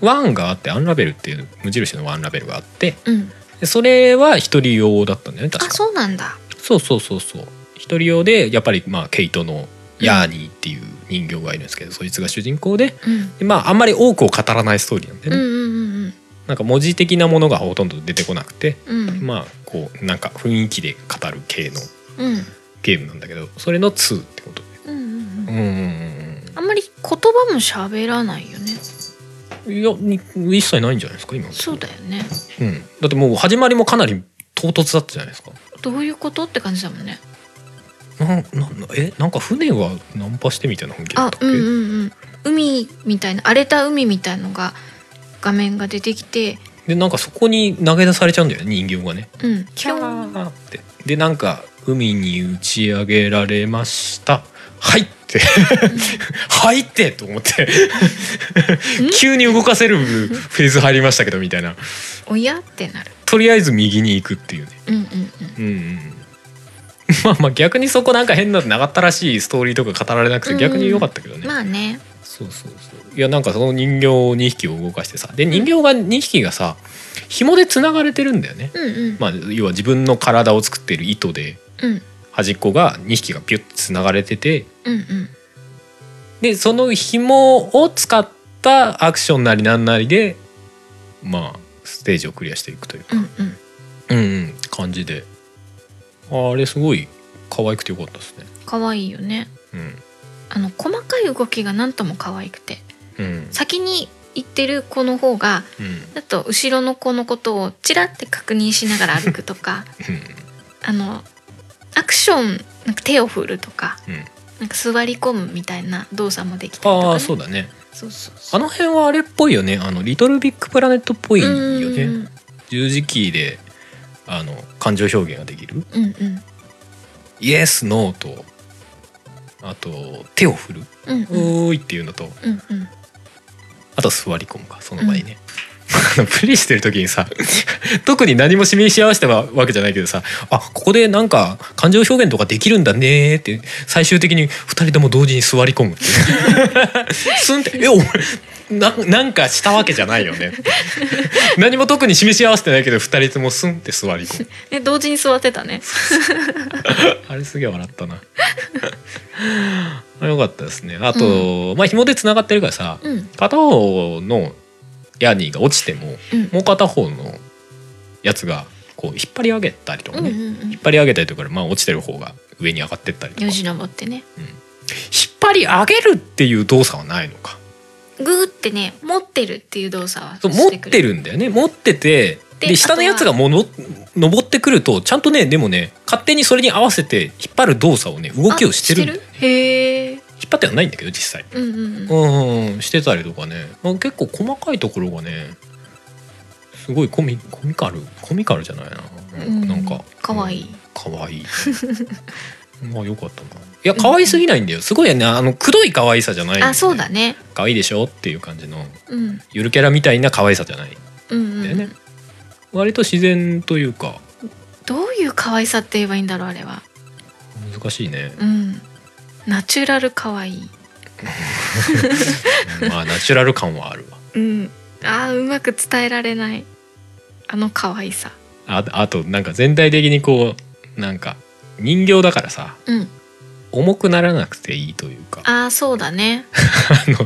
Speaker 1: 1があってアンラベルっていう無印のワンラベルがあって
Speaker 2: うん
Speaker 1: でそれは一人用だったんだよね確
Speaker 2: あ
Speaker 1: か
Speaker 2: そうなんだ
Speaker 1: そうそうそうそう一人用でやっぱりまあケイトのヤーニーっていう人形がいるんですけど、そいつが主人公で
Speaker 2: うん
Speaker 1: でまああんまり多くを語らないストーリーなんで
Speaker 2: うんう
Speaker 1: ね、
Speaker 2: ん
Speaker 1: なんか文字的なものがほとんど出てこなくて
Speaker 2: うんうん
Speaker 1: まあこうなんか雰囲気で語る系の
Speaker 2: うん
Speaker 1: ゲームなんだけどそれの2ってこと
Speaker 2: うんうんう
Speaker 1: でうんうんう
Speaker 2: ん
Speaker 1: ん
Speaker 2: あんまり言葉も喋らないよね
Speaker 1: うんいやに一切ないんじゃないですか今のとこ
Speaker 2: そうだよね
Speaker 1: うん、だってもう始まりもかなり唐突だったじゃないですか
Speaker 2: どういうことって感じだもんね
Speaker 1: なんなんなえなんか船はナンパしてみたいな本気だっ
Speaker 2: あ
Speaker 1: たっけ、
Speaker 2: うんうんうん海みたいな荒れた海みたいのが画面が出てきて
Speaker 1: でなんかそこに投げ出されちゃうんだよね人形がね
Speaker 2: うん
Speaker 1: キャーってでなんか海に打ち上げられましたはいって はいってと思って急に動かせるフェーズ入りましたけどみたいな
Speaker 2: おやってなる
Speaker 1: とりあえず右に行くっていうね
Speaker 2: うんうん
Speaker 1: うんうん まあまあ逆にそこなんか変な長ったらしいストーリーとか語られなく
Speaker 2: う
Speaker 1: て
Speaker 2: ん
Speaker 1: 逆に良かったけど
Speaker 2: う
Speaker 1: ね、
Speaker 2: んまあね
Speaker 1: そうそうそういやなんかその人形を2匹を動かしてさで人形が2匹がさ紐でつながれてるんだよね、
Speaker 2: うんうん、
Speaker 1: まあ、要は自分の体を作ってる糸で
Speaker 2: うん
Speaker 1: 端っこが2匹がピュッてつながれてて
Speaker 2: うんうん
Speaker 1: でその紐を使ったアクションなりなんなりでまあステージをクリアしていくという、
Speaker 2: うんうん
Speaker 1: うんうん、感じであれすごい可愛くてよかったですね。
Speaker 2: 可愛いよね
Speaker 1: う
Speaker 2: あの細かい動きがなんとも可愛くて
Speaker 1: んうん
Speaker 2: 先に行ってる子の方が
Speaker 1: うんうん
Speaker 2: だと後ろの子のことをちらって確認しながら歩く とかあのアクションなんか手を振るとか
Speaker 1: うん
Speaker 2: なんか座り込むみたいな動作もできたりとか、ね、
Speaker 1: ああそうだね
Speaker 2: そうそうそ
Speaker 1: あ
Speaker 2: う
Speaker 1: の辺はあれっぽいよねあのリトルビッグプラネットっぽいよ
Speaker 2: うん
Speaker 1: ね十字キーであの感情表現ができる
Speaker 2: うんうん
Speaker 1: イエスノーとあと手を振る
Speaker 2: うん
Speaker 1: 「
Speaker 2: うん
Speaker 1: おーい」っていうのと
Speaker 2: うんうん
Speaker 1: あと座り込むかその場にね、 あのプレイしてる時にさ 特に何も示し合わせたわけじゃないけどさあここでなんか感情表現とかできるんだねーって最終的に2人とも同時に座り込むっていう スンって「えお前ななんかしたわけじゃないよね」何も特に示し合わせてないけど2人ともスンって座り込む
Speaker 2: ね同時に座ってたね
Speaker 1: あれすげえ笑ったなあよかったですねあと、まあ紐でつながってるからさ、
Speaker 2: うん
Speaker 1: 片方のヤニーが落ちても、
Speaker 2: うん
Speaker 1: もう片方のやつがこう引っ張り上げたりとか
Speaker 2: うんう
Speaker 1: ね、
Speaker 2: ん
Speaker 1: 引っ
Speaker 2: うん
Speaker 1: 張り上げたりとかで、まあ、落ちてる方が上に上がってったりとか引
Speaker 2: よ
Speaker 1: っ
Speaker 2: じ登ってね
Speaker 1: 張り上げるっていう動作はないのか
Speaker 2: グーってね持ってるっていう動作は
Speaker 1: そう持ってるんだよね持ってて
Speaker 2: で
Speaker 1: で下のやつがもの登ってくるとちゃんとねでもね勝手にそれに合わせて引っ張る動作をね動きをしてるんだよ
Speaker 2: あしてるへえ
Speaker 1: 引っ張ってはないんだけど実際
Speaker 2: うんうんう
Speaker 1: うんん、うん、してたりとかね、まあ、結構細かいところがねすごいコミコミカルコミカルじゃないな、
Speaker 2: うん
Speaker 1: なんか
Speaker 2: かわいい
Speaker 1: うんかわいい まあよかったないや可愛すぎないんだよすごいねあのくどい可愛さじゃないんよ
Speaker 2: あそうだね
Speaker 1: 可愛いでしょっていう感じの
Speaker 2: うん
Speaker 1: ゆるキャラみたいな可愛さじゃないん
Speaker 2: うんうん
Speaker 1: だよね、割と自然というか
Speaker 2: どういう可愛さって言えばいいんだろうあれは
Speaker 1: 難しいね、
Speaker 2: うんナチュラル可愛い
Speaker 1: うんまあナチュラル感はあるわ
Speaker 2: うんあーうまく伝えられないあの可愛さ
Speaker 1: ああとなんか全体的にこうなんか人形だからさ
Speaker 2: うん
Speaker 1: 重くならなくていいというかあ
Speaker 2: あーそうだね
Speaker 1: の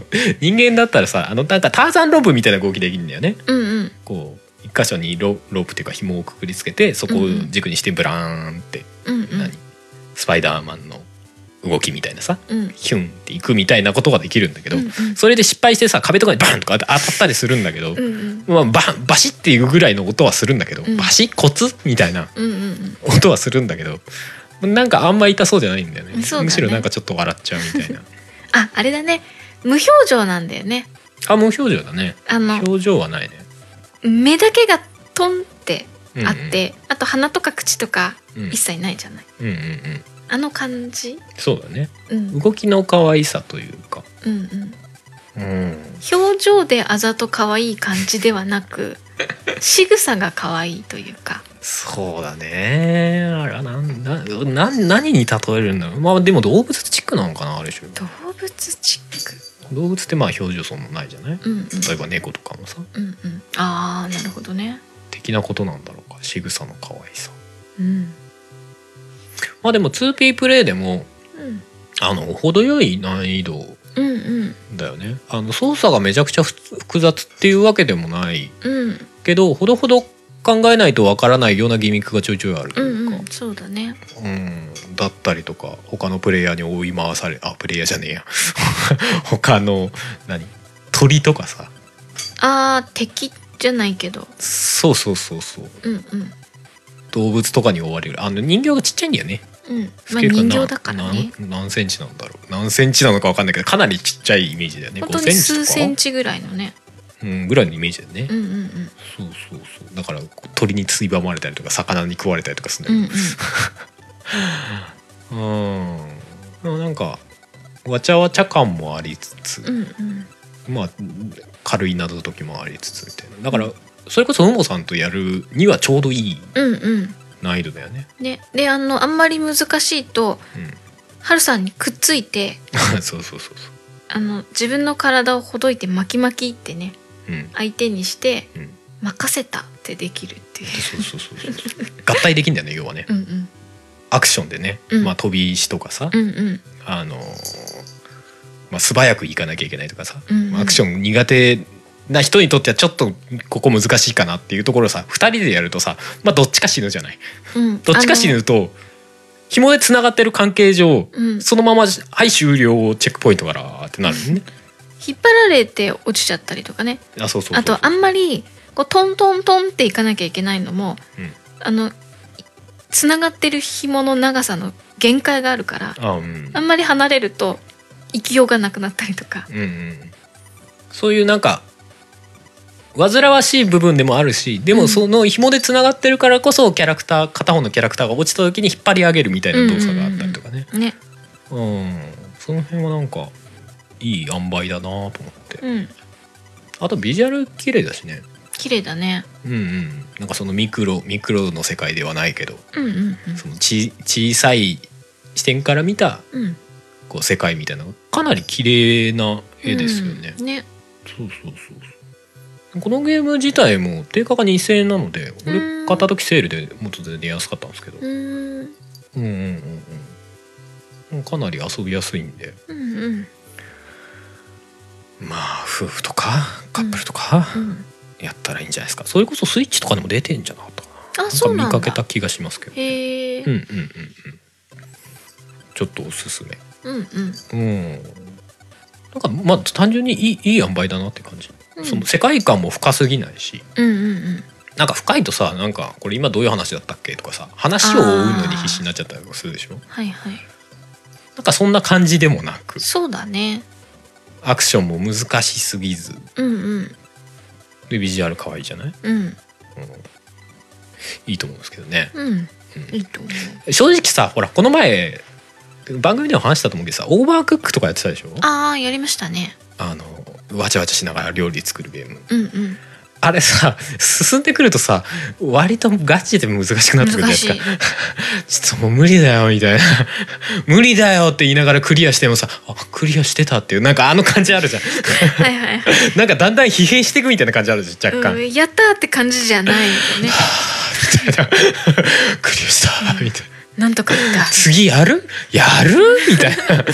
Speaker 1: 人間だったらさあのなんかターザンロープみたいな動きできるんだよね
Speaker 2: うんうん
Speaker 1: こう一箇所にロロープっていうか紐をくくりつけてそこを軸にしてブラーンって、
Speaker 2: うん
Speaker 1: 何スパイダーマンの動きみたいなさ
Speaker 2: うんうん
Speaker 1: ヒュンっていくみたいなことができるんだけど、
Speaker 2: うんうん
Speaker 1: それで失敗してさ壁とかにバンとか当たったりするんだけど、
Speaker 2: うんうん
Speaker 1: まあ、バンバシっていうぐらいの音はするんだけど、
Speaker 2: うん
Speaker 1: バシコツみたいな
Speaker 2: うんうん
Speaker 1: 音はするんだけどなんかあんま痛そうじゃないんだよね
Speaker 2: そうだね
Speaker 1: むしろなんかちょっと笑っちゃうみたいな
Speaker 2: ああれだね無表情なんだよね
Speaker 1: あ無表情だね
Speaker 2: あの
Speaker 1: 表情はないね、
Speaker 2: 目だけがトンって
Speaker 1: うんうん
Speaker 2: あって、あと鼻とか口とか
Speaker 1: うん
Speaker 2: 一切ないじゃない、
Speaker 1: うんうんうん
Speaker 2: あの感じ、
Speaker 1: そうだね
Speaker 2: うん、
Speaker 1: 動きの可愛さというか
Speaker 2: うんうん
Speaker 1: うん
Speaker 2: 表情であざと可愛い感じでは なく仕草が可愛いというか
Speaker 1: そうだねあらなんだな何に例えるんだろうまあでも動物チックなのかなある種
Speaker 2: 動物チック
Speaker 1: 動物ってまあ表情そんなないじゃない
Speaker 2: うんうん
Speaker 1: 例えば猫とかもさ
Speaker 2: うんうんああなるほどね
Speaker 1: 的なことなんだろうか仕草の可愛さ
Speaker 2: うん
Speaker 1: まあでも 2P プレイでも
Speaker 2: うん
Speaker 1: あの程よい難易度
Speaker 2: うんうん
Speaker 1: だよねあの操作がめちゃくちゃふつ複雑っていうわけでもない
Speaker 2: うん
Speaker 1: けどほどほど考えないとわからないようなギミックがちょいちょいあると
Speaker 2: う
Speaker 1: い
Speaker 2: ん
Speaker 1: う
Speaker 2: う
Speaker 1: か
Speaker 2: ん、そうだね
Speaker 1: うんだったりとか他のプレイヤーに追い回されあプレイヤーじゃねえや 他の何鳥とかさ
Speaker 2: ああ敵じゃないけど
Speaker 1: そうそうそうそう
Speaker 2: うんうん
Speaker 1: 動物とかに追われるあの人形がちっちゃいんだよね
Speaker 2: うん
Speaker 1: ス
Speaker 2: まあ
Speaker 1: ケールが
Speaker 2: 人
Speaker 1: な
Speaker 2: 形だからね
Speaker 1: なん何センチなんだろう何センチなのかわかんないけどかなりちっちゃいイメージだよね
Speaker 2: 本
Speaker 1: 5
Speaker 2: 当
Speaker 1: セ
Speaker 2: に
Speaker 1: ンチと
Speaker 2: 数
Speaker 1: か
Speaker 2: センチぐらいのね
Speaker 1: うん、ぐらいのイメージだよね、
Speaker 2: うんうん
Speaker 1: そうそうそうだからこう鳥についばまれたりとか魚に食われたりとかする
Speaker 2: うんうんん
Speaker 1: だけどうんでもなんかわちゃわちゃ感もありつつ、
Speaker 2: うんうん
Speaker 1: まあ軽い謎解きもありつつみたいなだからそれこそうもさんとやるにはちょうどいい
Speaker 2: うんうん
Speaker 1: 難易度だよね
Speaker 2: ねであのあんまり難しいと
Speaker 1: うん
Speaker 2: ハルさんにくっついて
Speaker 1: そうそうそうそう
Speaker 2: あの自分の体をほどいて巻き巻きってね
Speaker 1: うん
Speaker 2: 相手にして
Speaker 1: うん
Speaker 2: 任せたってできるっていう
Speaker 1: そうそうそうそうそう合体できんだよね要はね
Speaker 2: うんうん
Speaker 1: アクションでね、
Speaker 2: うん
Speaker 1: まあ飛び石とかさ、
Speaker 2: うんうん
Speaker 1: あのーまあ、素早く行かなきゃいけないとかさ、
Speaker 2: うんうん
Speaker 1: アクション苦手な人にとってはちょっとここ難しいかなっていうところをさ2人でやるとさ、まあ、どっちか死ぬじゃない
Speaker 2: うん
Speaker 1: どっちか死ぬと紐でつながってる関係上、
Speaker 2: あのうん
Speaker 1: そのまま「はい終了チェックポイントから」ってなるのね。
Speaker 2: 引っ張られて落ちちゃったりとかね
Speaker 1: あそうそうそう
Speaker 2: あとあんまりこうトントントンっていかなきゃいけないのも
Speaker 1: うん
Speaker 2: あのつながってる紐の長さの限界があるから
Speaker 1: あうん
Speaker 2: あんまり離れると生きようがなくなったりとか
Speaker 1: うんうん、そういうなんか煩わしい部分でもあるしで
Speaker 2: う
Speaker 1: も
Speaker 2: ん
Speaker 1: その紐でつながってるからこそキャラクター片方のキャラクターが落ちた時に引っ張り上げるみたいな動作があったりとかね、
Speaker 2: ね
Speaker 1: うんその辺はなんかいい塩梅だなと思って
Speaker 2: うん
Speaker 1: あとビジュアル綺麗だしね
Speaker 2: 綺麗だね
Speaker 1: うんうんなんかそのミクロミクロの世界ではないけど
Speaker 2: うんうん
Speaker 1: そのち小さい視点から見た
Speaker 2: うんうん
Speaker 1: こう世界みたいなのがかなり綺麗な絵ですよね、
Speaker 2: うんね
Speaker 1: そうそうそうそうこのゲーム自体も定価が2000円なので
Speaker 2: う
Speaker 1: 俺
Speaker 2: ん
Speaker 1: 買った時セールでもっと全然安かったんですけど
Speaker 2: うー
Speaker 1: う
Speaker 2: ん
Speaker 1: んうんうんうんかなり遊びやすいんで
Speaker 2: うんうん
Speaker 1: まあ夫婦とかカップルとか
Speaker 2: うん
Speaker 1: やったらいいんじゃないですかそれこそスイッチとかでも出てんじゃなかったか
Speaker 2: あそう
Speaker 1: な
Speaker 2: なんん
Speaker 1: か
Speaker 2: だ
Speaker 1: 見かけた気がしますけど
Speaker 2: へえ
Speaker 1: うんうんうんうんちょっとおすすめ
Speaker 2: うんうん
Speaker 1: うんなんかまあ単純にいいいい塩梅だなって感じ、
Speaker 2: うん
Speaker 1: その世界観も深すぎないし
Speaker 2: うんうんうん
Speaker 1: なんか深いとさなんかこれ今どういう話だったっけとかさ話を追うのに必死になっちゃったりとかするでしょ
Speaker 2: はいはい
Speaker 1: なんかそんな感じでもなく
Speaker 2: そうだね
Speaker 1: アクションも難しすぎず
Speaker 2: うんうん
Speaker 1: でビジュアル可愛いじゃない、
Speaker 2: うん
Speaker 1: うん、いいと思うんですけどね
Speaker 2: うん
Speaker 1: うん
Speaker 2: いいと思う
Speaker 1: 正直さほらこの前番組でも話したと思うけどさオーバークックとかやってたでしょあ
Speaker 2: ああやりましたね
Speaker 1: のわちゃわちゃしながら料理作るゲーム
Speaker 2: うんうん
Speaker 1: あれさ進んでくるとさ割とガチで難しくなってくるじゃない
Speaker 2: 難
Speaker 1: です
Speaker 2: し
Speaker 1: か
Speaker 2: い
Speaker 1: ちょっともう無理だよみたいな無理だよって言いながらクリアしてもさあクリアしてたっていうなんかあの感じある じゃん
Speaker 2: はいはいはい
Speaker 1: なんかだんだん疲弊していくみたいな感じあるじゃん若干、
Speaker 2: うん、やったーって感じじゃないよね
Speaker 1: みたいなクリアしたみたいな
Speaker 2: なんとかい った
Speaker 1: 次やるやるみ たいな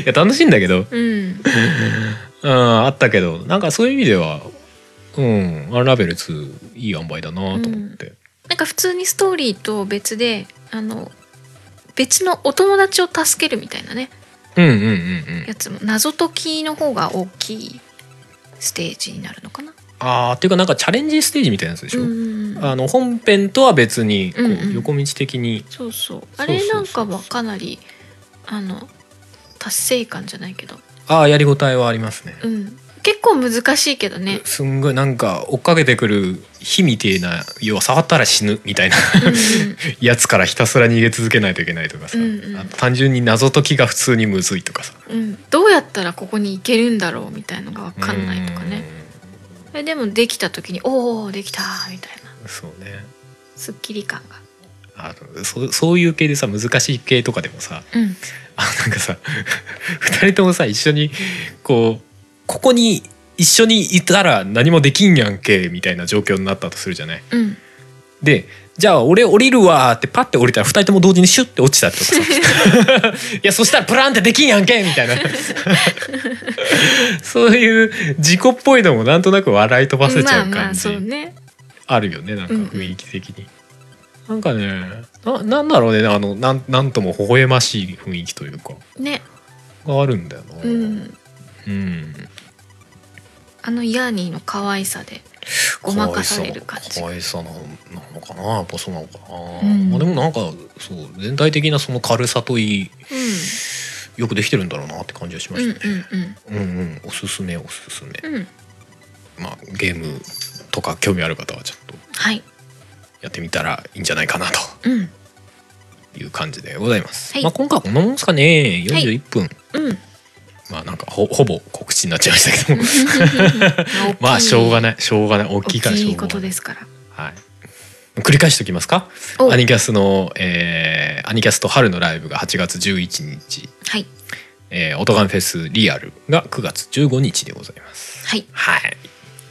Speaker 1: いや楽しいんだけど
Speaker 2: うん
Speaker 1: うんあったけどなんかそういう意味ではうんアンラベル2いい塩梅だなと思って、
Speaker 2: なんか普通にストーリーと別であの別のお友達を助けるみたいなね
Speaker 1: うん、うんうんうん
Speaker 2: やつも謎解きの方が大きいステージになるのかな
Speaker 1: ああっていうかなんかチャレンジステージみたいなやつでしょ、
Speaker 2: うん
Speaker 1: あの本編とは別にこ
Speaker 2: うんう
Speaker 1: うん横道的に、
Speaker 2: そうそう
Speaker 1: そう
Speaker 2: あれなんかはかなりあの達成感じゃないけど
Speaker 1: ああやりごたえはありますね。
Speaker 2: うん結構難しいけど ね
Speaker 1: すんごいなんか追っかけてくる火みてえな要は触ったら死ぬみたいな
Speaker 2: うんうん
Speaker 1: やつからひたすら逃げ続けないといけないとかさ、
Speaker 2: うんうん
Speaker 1: あと単純に謎解きが普通にむずいとかさ
Speaker 2: うん、どうやったらここに行けるんだろうみたいのが分かんないとかねえでもできた時に「おおできた」みたいな
Speaker 1: うんそうね
Speaker 2: すっきり感が
Speaker 1: あのそそういう系でさ難しい系とかでもさ
Speaker 2: うん
Speaker 1: あなんかさ 二人ともさ一緒にこうここに一緒にいたら何もできんやんけみたいな状況になったとするじゃない。
Speaker 2: うん
Speaker 1: でじゃあ俺降りるわーってパッて降りたら二人とも同時にシュッて落ちたとかさ いやそしたらプランってできんやんけみたいな そういう事故っぽいのもなんとなく笑い飛ばせちゃう
Speaker 2: まあま
Speaker 1: 感
Speaker 2: あ
Speaker 1: じ
Speaker 2: そうね
Speaker 1: あるよねなんか
Speaker 2: うんうん
Speaker 1: 雰囲気的に、なんかねななんだろうねあのなんなんとも微笑ましい雰囲気というか
Speaker 2: ね
Speaker 1: があるんだよな
Speaker 2: うん
Speaker 1: うん
Speaker 2: あのヤーニーの可愛さでごまかされる感じ
Speaker 1: 可愛さのなのかなやっぱそうなのかな、
Speaker 2: うん
Speaker 1: まあでもなんかそう全体的なその軽さといい
Speaker 2: うん
Speaker 1: よくできてるんだろうなって感じがしま
Speaker 2: う
Speaker 1: し
Speaker 2: んう
Speaker 1: たね、
Speaker 2: んうん
Speaker 1: うんうんおすすめおすすめ、
Speaker 2: うん
Speaker 1: まあゲームとか興味ある方はちょっと
Speaker 2: はい
Speaker 1: やってみたらいいんじゃないかな
Speaker 2: うん
Speaker 1: という感じでございます、
Speaker 2: はい
Speaker 1: まあ今回はこんなもんですかね
Speaker 2: はい
Speaker 1: 41分、
Speaker 2: うん
Speaker 1: まあなんかほほぼ告知になっちゃいましたけども
Speaker 2: 大きい
Speaker 1: まあしょうがないしょうがない大きいからしょう
Speaker 2: 大きい
Speaker 1: が
Speaker 2: こ
Speaker 1: な
Speaker 2: と
Speaker 1: い
Speaker 2: ですから
Speaker 1: はい。繰り返しておきますか。
Speaker 2: お
Speaker 1: アニキャスの、えーアニキャスと春のライブが8月11日、
Speaker 2: はい
Speaker 1: えー、オトガンフェスリアルが9月15日でございます。
Speaker 2: はい
Speaker 1: はい。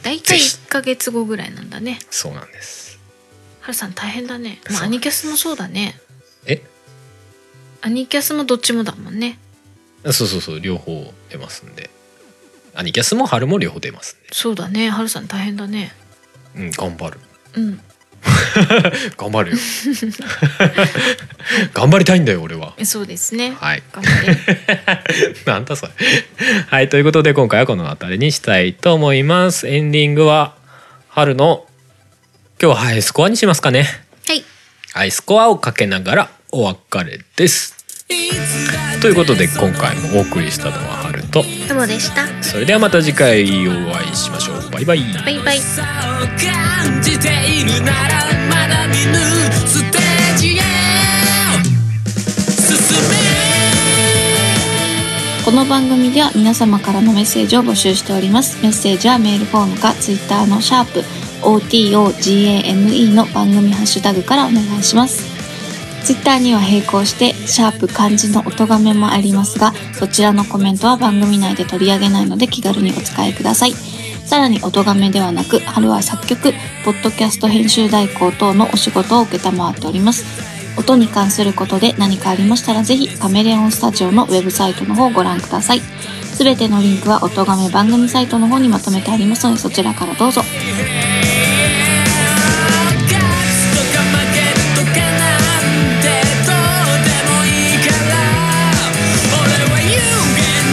Speaker 2: 大体
Speaker 1: ぜひ
Speaker 2: 1ヶ月後ぐらいなんだね
Speaker 1: そうなんです。
Speaker 2: はるさん大変だねま
Speaker 1: そ
Speaker 2: あ
Speaker 1: う
Speaker 2: アニキャスもそうだね
Speaker 1: え、
Speaker 2: アニキャスもどっちもだもんね
Speaker 1: そうそうそう、両方出ますんで。アニキャスも春も両方出ます
Speaker 2: そうだねはるさん大変だね
Speaker 1: んで。うん、頑張る。
Speaker 2: うん
Speaker 1: 頑張るよ。 頑張りたいんだよ、俺は。
Speaker 2: えそうですね
Speaker 1: はい。
Speaker 2: 頑張れ
Speaker 1: なんだそれ。 はい、ということで今回はこの辺りにしたいと思います。エンディングは春の今日はハイスコアにしますかね。
Speaker 2: はい
Speaker 1: ハイスコアをかけながらお別れです。ということで今回もお送りしたのは春と
Speaker 2: どうもでした
Speaker 1: それではまた次回お会いしましょう。バイバイ。
Speaker 2: バイバイ
Speaker 3: さを感じているならまだ見ぬステージへ進め
Speaker 4: この番組では皆様からのメッセージを募集しておりますメッセージはメールフォームかツイッターのシャープ o t o g a m e の番組ハッシュタグからお願いしますツイッターには並行してシャープ漢字の音がめもありますがそちらのコメントは番組内で取り上げないので気軽にお使いくださいさらに音がめではなく春は作曲ポッドキャスト編集代行等のお仕事を承っております音に関することで何かありましたらぜひカメレオンスタジオのウェブサイトの方をご覧くださいすべてのリンクは音がめ番組サイトの方にまとめてありますのでそちらからどう
Speaker 3: ガ
Speaker 4: ぞ
Speaker 3: ッツとか負けとかなんてどうでもいいから俺は有言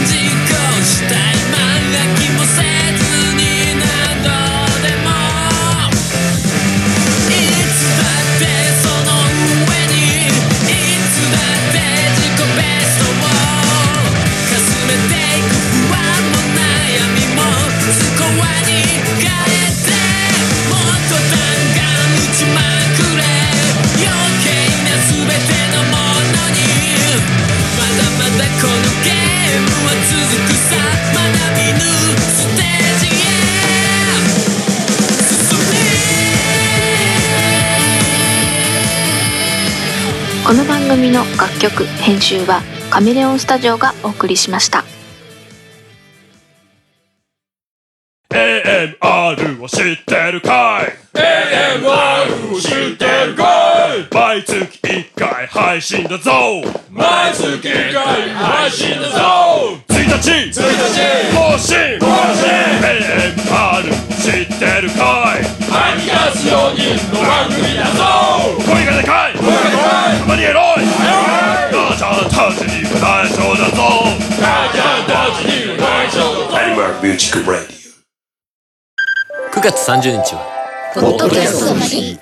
Speaker 3: 実行したい漫画気もせずに何度でも「いつだってその上にいつだって自分の自己ベストを」「かすめていく不安も悩みもスコアに変えて」「もっと弾丸打ちまくれ」「余計な全てのものに」「まだまだこのゲームは続くさ」「まだ見ぬステージへ進め」
Speaker 4: この番組の楽曲編集はカメレオンスタジオがお送りしました
Speaker 5: AMR を知ってるかい AMR を知ってるかい毎月1回配信だぞ毎月1回配信だぞ1日1日更新更新 AMR を知ってるかいアニガス4人の番組だぞ声がでかい声がでかいたまにエロいガチャンたちに不対称だぞガチャンたちに不対称だぞ AMR ミュージックレディオ
Speaker 6: 9月30日は
Speaker 7: ポッドキャストの日